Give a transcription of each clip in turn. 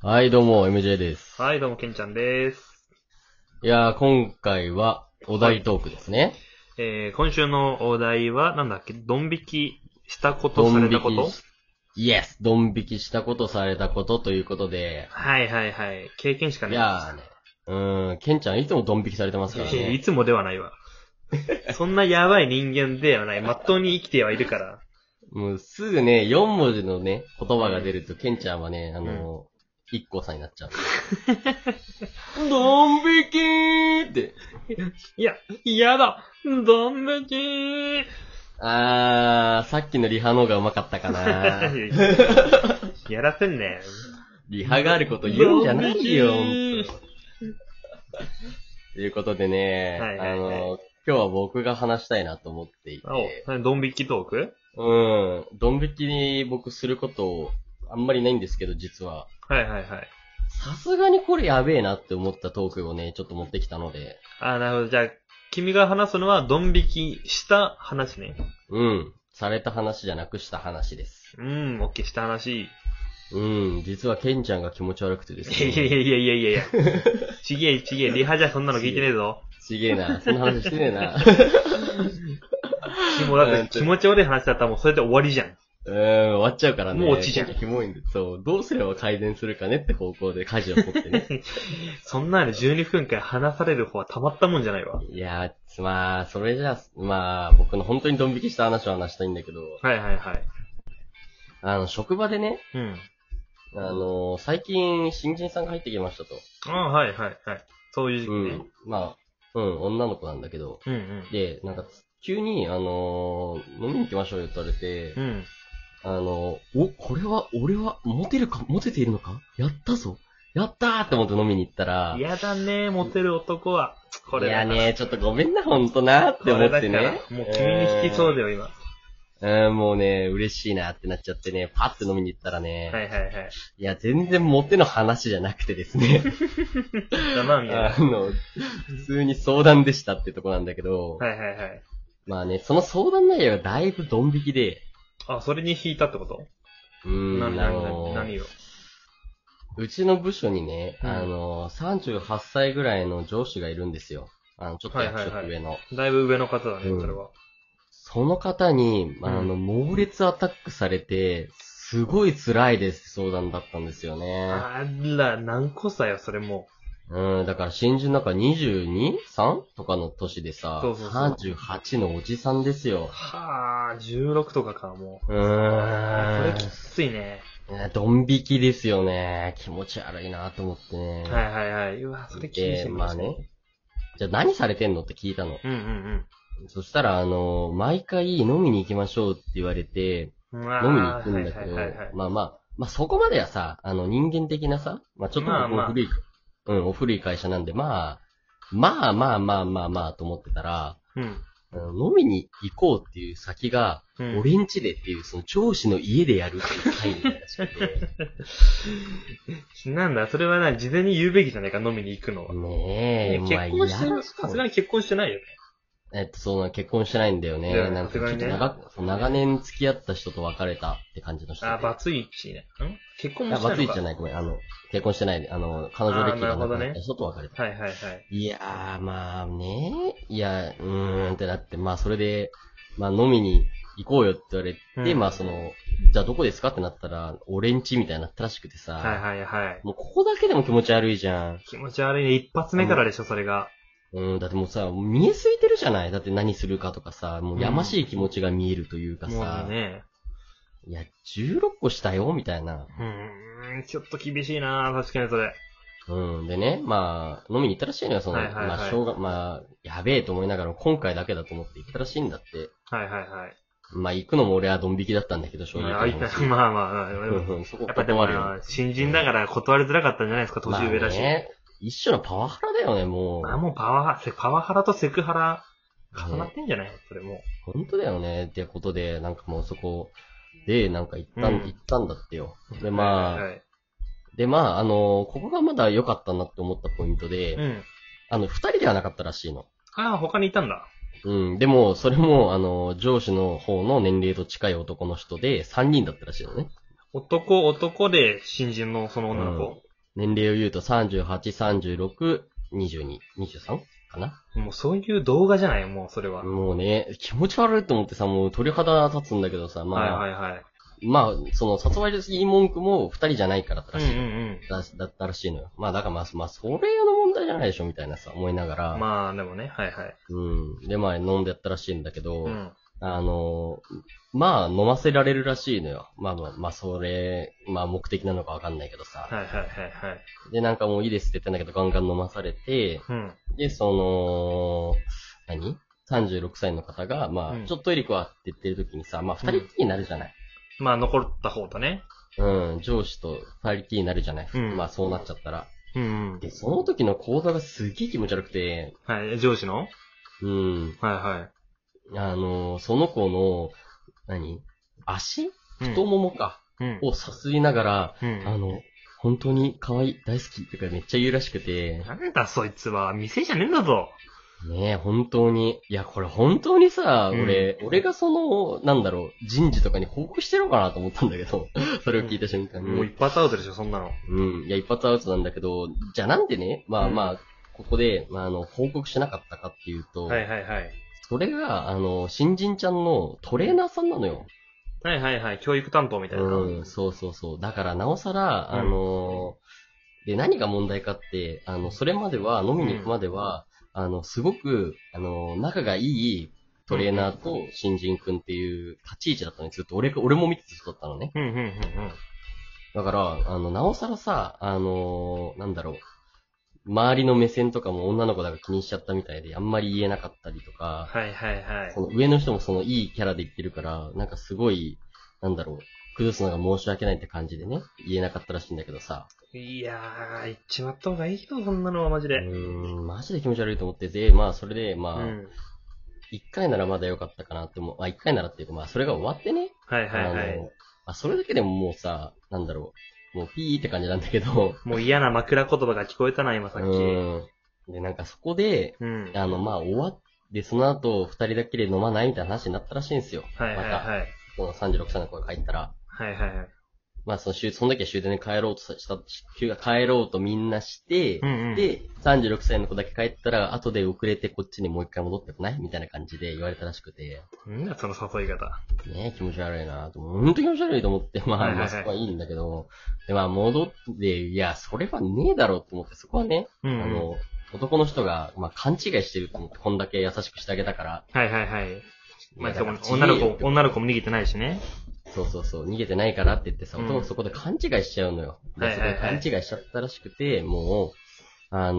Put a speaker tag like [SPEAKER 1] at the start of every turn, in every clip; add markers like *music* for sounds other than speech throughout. [SPEAKER 1] はい、どうも、MJ です。
[SPEAKER 2] はい、どうも、けんちゃんです。
[SPEAKER 1] いやー、今回は、お題トークですね。
[SPEAKER 2] えー、今週のお題は、なんだっけ、ドン引きしたことされたこ
[SPEAKER 1] ドン
[SPEAKER 2] と
[SPEAKER 1] 引きイエスドン引きしたことされたことということで、
[SPEAKER 2] はいはいはい。経験しか
[SPEAKER 1] い
[SPEAKER 2] ない。
[SPEAKER 1] やーね、うーん、ケンちゃんいつもドン引きされてますから
[SPEAKER 2] いやい
[SPEAKER 1] ね。
[SPEAKER 2] つもではないわ。 *laughs* そんなやばい人間ではない。まっとうに生きてはいるから。
[SPEAKER 1] もうすぐね、4文字のね、言葉が出ると、ケンちゃんはね、あのー、一個さんになっ
[SPEAKER 2] *laughs*
[SPEAKER 1] ちゃう。ドン引きーって。
[SPEAKER 2] いや、嫌だドン引き
[SPEAKER 1] あー、さっきのリハの方がうまかったか
[SPEAKER 2] *laughs*
[SPEAKER 1] な
[SPEAKER 2] やらせんね。
[SPEAKER 1] リハがあること言うんじゃないよ、
[SPEAKER 2] ドン
[SPEAKER 1] 本
[SPEAKER 2] 引き
[SPEAKER 1] 当ということでね、
[SPEAKER 2] はいはいはい
[SPEAKER 1] あの、今日は僕が話したいなと思っていて、
[SPEAKER 2] お、何ドン引きトーク
[SPEAKER 1] うん、ドン引きに僕することあんまりないんですけど、実は。
[SPEAKER 2] はいはいはい。
[SPEAKER 1] さすがにこれやべえなって思ったトークをね、ちょっと持ってきたので、
[SPEAKER 2] あー、なるほど。じゃあ、君が話すのは、ドン引きした話ね。
[SPEAKER 1] うん、された話じゃなくした話です。
[SPEAKER 2] うん、オッケーした話。
[SPEAKER 1] うん、実はケンちゃんが気持ち悪くてです
[SPEAKER 2] いやいや
[SPEAKER 1] ね。
[SPEAKER 2] いやいやいやいや。ちげえちげえ、リハじゃそんなの聞いてねえぞ。
[SPEAKER 1] すげえ
[SPEAKER 2] *laughs*
[SPEAKER 1] な、そんな話してねえな。
[SPEAKER 2] 気もうだって気持ち悪い話だったらもうそれで終わりじゃん。
[SPEAKER 1] うん、終わっちゃうからね。
[SPEAKER 2] もう落ちじゃん
[SPEAKER 1] キモいんで。そう、どうすれば改善するかねって方向で舵を取ってね。
[SPEAKER 2] そんなの12分間話される方はたまったもんじゃないわ。
[SPEAKER 1] いやー、まあ、それじゃあ、まあ、僕の本当にドン引きした話を話したいんだけど、
[SPEAKER 2] はいはいはい。
[SPEAKER 1] あの、職場でね、
[SPEAKER 2] うん。
[SPEAKER 1] あのー最近、新人さんが入ってきましたと。
[SPEAKER 2] ああ、はいはいはい。そういう時期
[SPEAKER 1] う
[SPEAKER 2] ね
[SPEAKER 1] ん。。まあ、うん、女の子なんだけど、
[SPEAKER 2] うん
[SPEAKER 1] で、なんか、急に、あのー飲みに行きましょうよって言われて
[SPEAKER 2] うん。う、ん。
[SPEAKER 1] あのーお、これは、俺は、モテるか、モテているのかやったぞやったーって思って飲みに行ったら、
[SPEAKER 2] 嫌だね、モテる男は。これ
[SPEAKER 1] い
[SPEAKER 2] だ
[SPEAKER 1] や
[SPEAKER 2] から。
[SPEAKER 1] ね、ちょっとごめんな、ほんとなって
[SPEAKER 2] こ
[SPEAKER 1] 思
[SPEAKER 2] れ
[SPEAKER 1] っ
[SPEAKER 2] だか
[SPEAKER 1] て
[SPEAKER 2] ら
[SPEAKER 1] ね。
[SPEAKER 2] もう君に引きそう
[SPEAKER 1] で。
[SPEAKER 2] だよ、今。は
[SPEAKER 1] うん、もうね、嬉しいなってなっちゃってね、パッて飲みに行ったら
[SPEAKER 2] い
[SPEAKER 1] ね、
[SPEAKER 2] はいはい。
[SPEAKER 1] い、や、全然モテの話じゃなくてです
[SPEAKER 2] *laughs*
[SPEAKER 1] ね、
[SPEAKER 2] だな、みたいな。
[SPEAKER 1] あの、普通に相談でしたってとこなんだけど、
[SPEAKER 2] はいはいはい。
[SPEAKER 1] まあね、その相談内容がだいぶドン引きで、
[SPEAKER 2] あ、それに引いたってこと
[SPEAKER 1] うーん、
[SPEAKER 2] 何、
[SPEAKER 1] あ
[SPEAKER 2] 何、
[SPEAKER 1] の
[SPEAKER 2] 何、何を。
[SPEAKER 1] うちの部署にね、
[SPEAKER 2] うん
[SPEAKER 1] あの、38歳ぐらいの上司がいるんですよ。あの、ちょっと役職上の。
[SPEAKER 2] はいはいはだいぶ上の方だね、それは。
[SPEAKER 1] その方に、あの、猛烈アタックされて、すごい辛いです相談だったんですよね。
[SPEAKER 2] あら、何個さよ、それも
[SPEAKER 1] うん、だから新人なんか 22?3? とかの年でさ、
[SPEAKER 2] そうそうそう
[SPEAKER 1] 38のおじさんですよ
[SPEAKER 2] う。。はあ、16とかか、も
[SPEAKER 1] う
[SPEAKER 2] う。そ
[SPEAKER 1] ー
[SPEAKER 2] れ
[SPEAKER 1] ん
[SPEAKER 2] き。ついね。
[SPEAKER 1] ねドン引きですよね。気持ち悪いなと思ってね。
[SPEAKER 2] はいはいはい。うわ、それ厳しい
[SPEAKER 1] で、まあね。。じゃあ何されてんのって聞いたの。
[SPEAKER 2] うんうん
[SPEAKER 1] そしたら、あの、毎回飲みに行きましょうって言われて、
[SPEAKER 2] うん。うわ
[SPEAKER 1] 飲みに行くんだけど
[SPEAKER 2] はいはいはいはい、
[SPEAKER 1] まあまあ、まあそこまではさ、あの人間的なさ、まあちょっと
[SPEAKER 2] まあ
[SPEAKER 1] 僕
[SPEAKER 2] ま
[SPEAKER 1] も
[SPEAKER 2] あ
[SPEAKER 1] 古い、うん、お古い会社なんで、まあ、まあまあまあまあまあと思ってたら、
[SPEAKER 2] うん。
[SPEAKER 1] うん飲みに行こうっていう先が、
[SPEAKER 2] うん、
[SPEAKER 1] 俺ん家でっていう、その上司の家でやるっていう会みたいならしく
[SPEAKER 2] *laughs*
[SPEAKER 1] て
[SPEAKER 2] なんだ、それはな、事前に言うべきじゃないか、飲みに行くのは。
[SPEAKER 1] ねえ、
[SPEAKER 2] ね
[SPEAKER 1] お
[SPEAKER 2] 結
[SPEAKER 1] 前
[SPEAKER 2] 婚して
[SPEAKER 1] や
[SPEAKER 2] な
[SPEAKER 1] ら
[SPEAKER 2] い、
[SPEAKER 1] し
[SPEAKER 2] さす
[SPEAKER 1] い
[SPEAKER 2] がに結婚してないよね。
[SPEAKER 1] えっと、その結婚してないんだよ
[SPEAKER 2] い
[SPEAKER 1] ね。
[SPEAKER 2] や
[SPEAKER 1] なんかちょっと
[SPEAKER 2] さすがにね
[SPEAKER 1] 長くそう長年付き合った人と別れたって感じの人で。
[SPEAKER 2] あ、バツイチね。ん結婚
[SPEAKER 1] いや
[SPEAKER 2] もしてな
[SPEAKER 1] バツ
[SPEAKER 2] いのか。
[SPEAKER 1] イチじゃない、ごめん。あの、結婚してない、あの、彼女歴がなくなった人と別れた。
[SPEAKER 2] はいはいはい。
[SPEAKER 1] いやー、まあね、いや、うーんってなって、まあそれで、まあ飲みに行こうよって言われて、
[SPEAKER 2] うん
[SPEAKER 1] まあその、じゃあどこですかってなったら、俺んちみたいになったらしくてさ、
[SPEAKER 2] はいはいはい。
[SPEAKER 1] もうここだけでも気持ち悪いじゃん。
[SPEAKER 2] 気持ち悪いね。一発目からでしょ、それが。
[SPEAKER 1] うん、だってもうさ、もう見えすいてるじゃないだって何するかとかさ、もうやましい気持ちが見えるというか
[SPEAKER 2] も
[SPEAKER 1] さ、
[SPEAKER 2] うね。
[SPEAKER 1] いや、16個したよ、みたいな。
[SPEAKER 2] うーん、ちょっと厳しいな確かにそれ。
[SPEAKER 1] うん、でね、まあ、飲みに行ったらしいのよ、その、
[SPEAKER 2] はいはいはい
[SPEAKER 1] まあ、しょうが、まあ、やべえと思いながら、今回だけだと思って行ったらしいんだって。
[SPEAKER 2] はいはいはい。ま
[SPEAKER 1] まあ、行くのも俺はドン引きだったんだけど、正直
[SPEAKER 2] あ
[SPEAKER 1] な話。
[SPEAKER 2] いたまあまあまあ、
[SPEAKER 1] うんう
[SPEAKER 2] *laughs*
[SPEAKER 1] んそこ
[SPEAKER 2] やっぱでも
[SPEAKER 1] 断るよ。
[SPEAKER 2] あの、新人だから断りづらかったんじゃないですか、年上だし。
[SPEAKER 1] まあね、一種のパワハラだよね、もう。
[SPEAKER 2] あ、もうパワハラ、せパワハラとセクハラ、重なってんじゃないそれも
[SPEAKER 1] 本当だよね、ってことで、なんかもうそこで、なんか行ったん、
[SPEAKER 2] うん
[SPEAKER 1] 行ったんだってよ。
[SPEAKER 2] う。
[SPEAKER 1] で、まあ、
[SPEAKER 2] はいはい
[SPEAKER 1] で、まあ、あのここがまだ良かったなって思ったポイントで、
[SPEAKER 2] うん。
[SPEAKER 1] あの、二人ではなかったらしいの。
[SPEAKER 2] ああ、他にいたんだ。
[SPEAKER 1] うん、でも、それも、あの、上司の方の年齢と近い男の人で、3人だったらしいのね。
[SPEAKER 2] 男、男で新人のその女の子。
[SPEAKER 1] 年齢を言うと38、36、22、23? かな
[SPEAKER 2] もうそういう動画じゃないもうそれは。
[SPEAKER 1] もうね、気持ち悪いと思ってさ、もう鳥肌立つんだけどさ、まあ、
[SPEAKER 2] はいはいはい。
[SPEAKER 1] まあ、その、殺害い文句も二人じゃないからだ
[SPEAKER 2] う
[SPEAKER 1] ら
[SPEAKER 2] ん
[SPEAKER 1] しい、
[SPEAKER 2] うん
[SPEAKER 1] だだったらしいのよ。まあ、だからまあ、まあ、それの問題じゃないでしょ、みたいなさ、思いなが
[SPEAKER 2] う
[SPEAKER 1] ら。
[SPEAKER 2] ん。まあでもね、はいはい。
[SPEAKER 1] うん。で、まあ、飲んでやったらしいんだけど、
[SPEAKER 2] うん。
[SPEAKER 1] あのー、まあ、飲ませられるらしいのよ。まあまあ、まあ、それ、まあ、目的なのかわかんないけどさ。
[SPEAKER 2] はいはいはいはい。
[SPEAKER 1] で、なんかもういいですって言ってんだけど、ガンガン飲まされて、
[SPEAKER 2] うん。
[SPEAKER 1] で、その、何 ?36 歳の方が、まあ、
[SPEAKER 2] うん
[SPEAKER 1] ちょっとトイレ行くわって言ってる時にさ、まあ、二人っきりになるじゃない。
[SPEAKER 2] まあ残った方とね。
[SPEAKER 1] うん、上司と二人きりになるじゃない、
[SPEAKER 2] うん
[SPEAKER 1] まあそうなっちゃったら。
[SPEAKER 2] うんうん。
[SPEAKER 1] で、その時の講座がすげえ気持ち悪くて、
[SPEAKER 2] はい、上司の
[SPEAKER 1] うん、
[SPEAKER 2] はいは
[SPEAKER 1] あのーその子の、何足
[SPEAKER 2] い。
[SPEAKER 1] 太ももか、
[SPEAKER 2] うん。
[SPEAKER 1] をさすりながら、
[SPEAKER 2] うん。
[SPEAKER 1] あの、本当に可愛い、大好きってかめっちゃ言うらしくて、
[SPEAKER 2] なんだそいつは、店じゃねえんだぞ。
[SPEAKER 1] ねえ、本当に。いや、これ本当にさ、
[SPEAKER 2] うん
[SPEAKER 1] 俺、俺がその、なんだろう、人事とかに報告してるのかなと思ったんだけど、 *laughs* それを聞いた瞬間に。
[SPEAKER 2] もう一発アウトでしょ、そんなの。
[SPEAKER 1] うん。いや、一発アウトなんだけど、じゃあなんでね、まあ
[SPEAKER 2] うん
[SPEAKER 1] まあ、ここで、まあ、あの、報告しなかったかっていうと、
[SPEAKER 2] はいはいはい。
[SPEAKER 1] それが、あの、新人ちゃんのトレーナーさんなのよ。
[SPEAKER 2] はいはいはい、教育担当みたいな。
[SPEAKER 1] うん、そうそうそう。だから、なおさら、
[SPEAKER 2] うん
[SPEAKER 1] あの、で、何が問題かって、あの、それまでは、飲みに行くまでは、あの、すごく、あの、仲がいいトレーナーと新人くんっていう立ち位置だったのに、ずっと俺が、俺も見てた人だったのね。
[SPEAKER 2] うんうんうんうん。
[SPEAKER 1] だから、あの、なおさらさ、あのーなんだろう。周りの目線とかも女の子だから気にしちゃったみたいで、あんまり言えなかったりとか、
[SPEAKER 2] はいはいはい
[SPEAKER 1] そ。の上の人もそのいいキャラで言ってるから、なんかすごい、なんだろう、崩すのが申し訳ないって感じでね、言えなかったらしいんだけどさ、
[SPEAKER 2] いやー、行っちまった方がいいよ、そんなのはマジ
[SPEAKER 1] う
[SPEAKER 2] で。
[SPEAKER 1] ーん、マジで気持ち悪いと思ってて、まあそれで、
[SPEAKER 2] う
[SPEAKER 1] まあ、
[SPEAKER 2] ん。
[SPEAKER 1] 一回ならまだよかったかなって思う、あ、一回ならっていうか、まあそれが終わってね、
[SPEAKER 2] はいはいは
[SPEAKER 1] あの
[SPEAKER 2] い。、
[SPEAKER 1] あ、それだけでももうさ、なんだろう、もうピーって感じなんだけど、
[SPEAKER 2] もう嫌な枕言葉が聞こえたな、今さっき。うん。
[SPEAKER 1] うん。で、なんかそこで、あの、まあ、終わって、その後、二人だけで飲まないみたいな話になったらしいんですよ。
[SPEAKER 2] はいはい
[SPEAKER 1] また、
[SPEAKER 2] はい。
[SPEAKER 1] この36歳の子が帰ったら。
[SPEAKER 2] はいはいはい。
[SPEAKER 1] まあ、その終、その時は終電で帰ろうとした、した帰ろうとみんなして、
[SPEAKER 2] うんうん。、
[SPEAKER 1] で、36歳の子だけ帰ったら、後で遅れてこっちにもう一回戻ってこないみたいな感じで言われたらしくて、
[SPEAKER 2] なんだその誘い方。
[SPEAKER 1] ね気持ち悪いなと、ほんと気持ち悪いと思って、ま
[SPEAKER 2] は
[SPEAKER 1] あ、
[SPEAKER 2] いはい
[SPEAKER 1] ま
[SPEAKER 2] は
[SPEAKER 1] あ、
[SPEAKER 2] い
[SPEAKER 1] そこはいいんだけど、で、まあ、戻って、いや、それはねえだろうと思って、そこはね、
[SPEAKER 2] うんうん
[SPEAKER 1] あの、男の人が、まあ、勘違いしてると思って、こんだけ優しくしてあげたから。
[SPEAKER 2] はいはいはい。まあ、
[SPEAKER 1] いや
[SPEAKER 2] で
[SPEAKER 1] だ
[SPEAKER 2] も
[SPEAKER 1] から
[SPEAKER 2] 女の
[SPEAKER 1] 違えよって
[SPEAKER 2] 子、女の子も逃げてないしね。
[SPEAKER 1] そうそうそう、逃げてないからって言ってさ、
[SPEAKER 2] うん
[SPEAKER 1] 男そこで勘違いしちゃうのよ。
[SPEAKER 2] はい
[SPEAKER 1] で、
[SPEAKER 2] は
[SPEAKER 1] そ
[SPEAKER 2] いは
[SPEAKER 1] れ
[SPEAKER 2] い
[SPEAKER 1] 勘違いしちゃったらしくて、もう、あの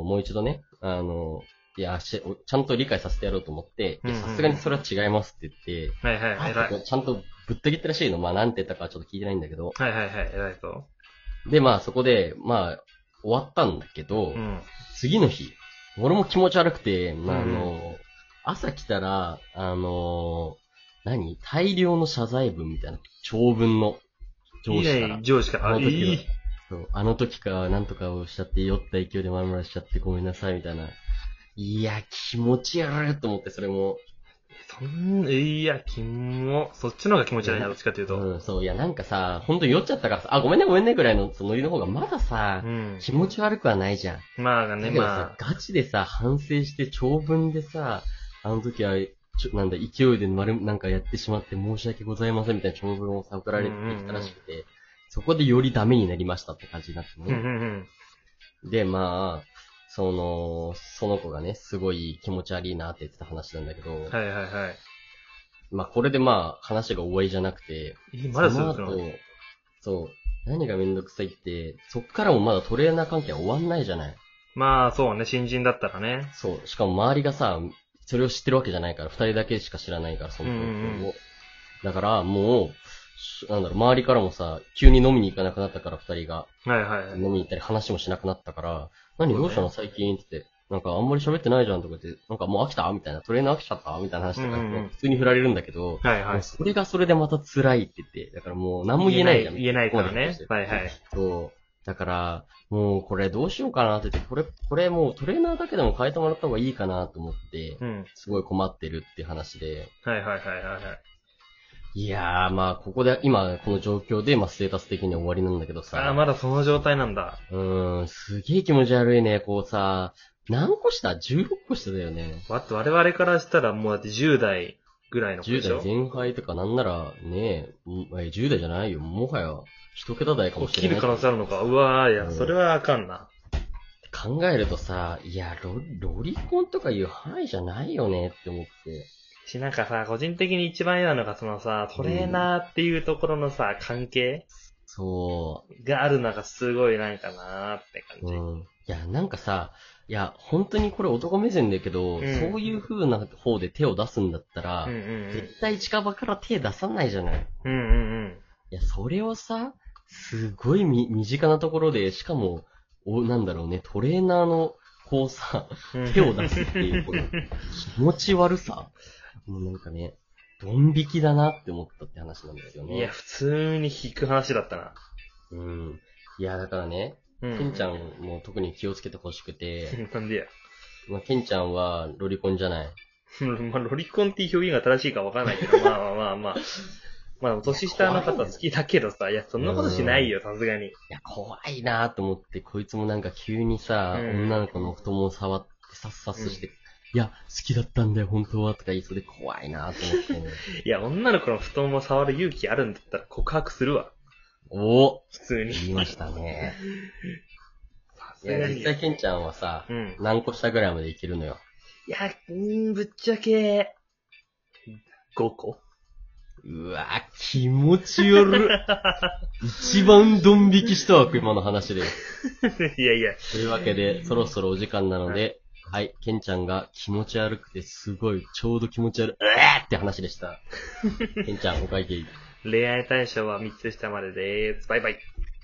[SPEAKER 1] ー、もう一度ね、あのー、いや、しおちゃんと理解させてやろうと思って、いや
[SPEAKER 2] うんうん
[SPEAKER 1] さすがにそれは違いますって言って、
[SPEAKER 2] はいはい、偉い。
[SPEAKER 1] ちゃんとぶった切ったらしいの。まあ、なんて言ったかはちょっと聞いてないんだけど。
[SPEAKER 2] はいはいはい、偉いぞ。
[SPEAKER 1] で、まあ、そこで、まあ、終わったんだけど、
[SPEAKER 2] うん。
[SPEAKER 1] 次の日、俺も気持ち悪くて、まあ、あの、
[SPEAKER 2] う
[SPEAKER 1] 朝来たら、あの、何大量の謝罪文みたいな、長文の上
[SPEAKER 2] いい
[SPEAKER 1] 司から
[SPEAKER 2] ね、。上司から。あ、
[SPEAKER 1] あの
[SPEAKER 2] い。
[SPEAKER 1] 時はいそうあの時か、なんとかをしちゃって、酔った勢いでまムらしちゃってごめんなさい、みたいな。いや、気持ち悪いと思って、それも。
[SPEAKER 2] そん、いや、キモ。そっちの方が気持ち悪いな、どっちかっていうと。
[SPEAKER 1] うん、そう、いや、なんかさ、ほんと酔っちゃったからさ、あ、ごめんね、ごめんね、ぐらいのそのノリの方が、まださ
[SPEAKER 2] う、ん。
[SPEAKER 1] 気持ち悪くはないじゃん。
[SPEAKER 2] まあ
[SPEAKER 1] だ
[SPEAKER 2] ね、
[SPEAKER 1] けど
[SPEAKER 2] ま
[SPEAKER 1] さ
[SPEAKER 2] あ、。
[SPEAKER 1] ガチでさ、反省して長文でさ、あの時は、ちょなんだ、勢いで丸、なんかやってしまって申し訳ございませんみたいな長文をさ、送られてきたらしくて、そこでよりダメになりましたって感じになって
[SPEAKER 2] うんう
[SPEAKER 1] ね。
[SPEAKER 2] んうん。
[SPEAKER 1] で、まあ、その、その子がね、すごい気持ち悪いなって言ってた話なんだけど、
[SPEAKER 2] はいはいは
[SPEAKER 1] まあ、これでまあ、話が終わりじゃなくて、
[SPEAKER 2] い。えまだす
[SPEAKER 1] そ
[SPEAKER 2] る
[SPEAKER 1] の
[SPEAKER 2] のはい
[SPEAKER 1] 後、そう、何がめんどくさいって、そっからもまだトレーナー関係は終わんないじゃない。
[SPEAKER 2] まあ、そうね、新人だったらね。
[SPEAKER 1] そう。しかも周りがさ、それを知ってるわけじゃないから、二人だけしか知らないから、その状況を。
[SPEAKER 2] うんうん
[SPEAKER 1] だから、もう、なんだろう、周りからもさ、急に飲みに行かなくなったから、二人が。
[SPEAKER 2] はいはいはい。
[SPEAKER 1] 飲みに行ったり話もしなくなったから、何
[SPEAKER 2] そうね
[SPEAKER 1] どうしたの最近って言って。なんかあんまり喋ってないじゃんとか言って、なんかもう飽きたみたいな、トレーナー飽きちゃったみたいな話とか、
[SPEAKER 2] うんうんうん
[SPEAKER 1] 普通に振られるんだけど、
[SPEAKER 2] はいは
[SPEAKER 1] もう
[SPEAKER 2] い。
[SPEAKER 1] それがそれでまた辛いって言って、だからもう何も言えないじゃん。
[SPEAKER 2] 言えない
[SPEAKER 1] ここま
[SPEAKER 2] から
[SPEAKER 1] で
[SPEAKER 2] ね
[SPEAKER 1] 来。て
[SPEAKER 2] はいはい。
[SPEAKER 1] そう。だから、もうこれどうしようかなって言って、これ、これもうトレーナーだけでも変えてもらった方がいいかなと思って、
[SPEAKER 2] うん。
[SPEAKER 1] すごい困ってるって話で、
[SPEAKER 2] はいはいはいはいはい。
[SPEAKER 1] いやー、まあ、ここで、今、この状況で、まあ、ステータス的には終わりなんだけどさ。
[SPEAKER 2] ああ、まだその状態なんだ。
[SPEAKER 1] うーん、すげえ気持ち悪いね。こうさ、何個下 ?16 個下だよね。
[SPEAKER 2] わって我々からしたらもうだって10代ぐらいの子でしょ
[SPEAKER 1] 10代前輩とかなんならね、うんえ10代じゃないよ。もはや、一桁台かもし
[SPEAKER 2] 切
[SPEAKER 1] れな
[SPEAKER 2] る
[SPEAKER 1] い。
[SPEAKER 2] 可能性あるのか。うわー、いや、
[SPEAKER 1] うん
[SPEAKER 2] それはあかんな。
[SPEAKER 1] 考えるとさ、いやロ、ロリコンとかいう範囲じゃないよねって思って。
[SPEAKER 2] し、なんかさ、個人的に一番嫌なのが、そのさ、トレーナーっていうところのさ、関係
[SPEAKER 1] そ
[SPEAKER 2] があるのがすごいなんかなーって
[SPEAKER 1] う。
[SPEAKER 2] 感じ。
[SPEAKER 1] うん。いや、なんかさ、いや、本当にこれ男目線だけど、
[SPEAKER 2] うん
[SPEAKER 1] そういう風な方で手を出すんだったら、
[SPEAKER 2] うん
[SPEAKER 1] 絶対近場から手出さないじゃない。
[SPEAKER 2] うんうん。うんうんうん。
[SPEAKER 1] いや、それをさ、すごいみ、身近なところで、しかも、お、なんだろうね、トレーナーの、こうさ、手を出すっていう、
[SPEAKER 2] *laughs*
[SPEAKER 1] この、気持ち悪さ。もうなんかね、ドン引きだなって思ったって話なんですよね。
[SPEAKER 2] いや、普通に引く話だったな。
[SPEAKER 1] うん。いや、だからね、
[SPEAKER 2] う
[SPEAKER 1] ケンちゃんも特に気をつけてほしくて、
[SPEAKER 2] *laughs* なんでや。 *laughs*
[SPEAKER 1] まあ、ケンちゃんはロリコンじゃない。
[SPEAKER 2] まあ、ロリコンっていう表現が正しいかわからないけど、まあまあまあまあ。まあ、年下の方好きだけどさ、いや、そんなことしないよ、さすがに。
[SPEAKER 1] いや、怖いなと思って、こいつもなんか急にさ、
[SPEAKER 2] うん
[SPEAKER 1] 女の子の太もも触って、さっさっして、いや、好きだったんだよ、本当は、とか言いそうで怖いなと思ってね、
[SPEAKER 2] *laughs* いや、女の子の布団を触る勇気あるんだったら告白するわ。
[SPEAKER 1] おお
[SPEAKER 2] 普通に。
[SPEAKER 1] 言いました
[SPEAKER 2] *laughs*
[SPEAKER 1] ね。
[SPEAKER 2] さす
[SPEAKER 1] い
[SPEAKER 2] が
[SPEAKER 1] や、
[SPEAKER 2] に
[SPEAKER 1] 実際ケンちゃんはさ、
[SPEAKER 2] うん。
[SPEAKER 1] 何個下ぐらいまでいけるのよ。
[SPEAKER 2] いや、うーん、ぶっちゃけ、5個 *laughs*
[SPEAKER 1] うわ気持ち悪っ一番ドン引きしたわ、今の話で。
[SPEAKER 2] いやいや、
[SPEAKER 1] というわけで、そろそろお時間なので、はい、ケンちゃんが気持ち悪くてすごい、ちょうど気持ち悪い、うわーって話でした。ケンちゃん、お会計。
[SPEAKER 2] 恋愛対象は3つ下まででーす。バイバイ。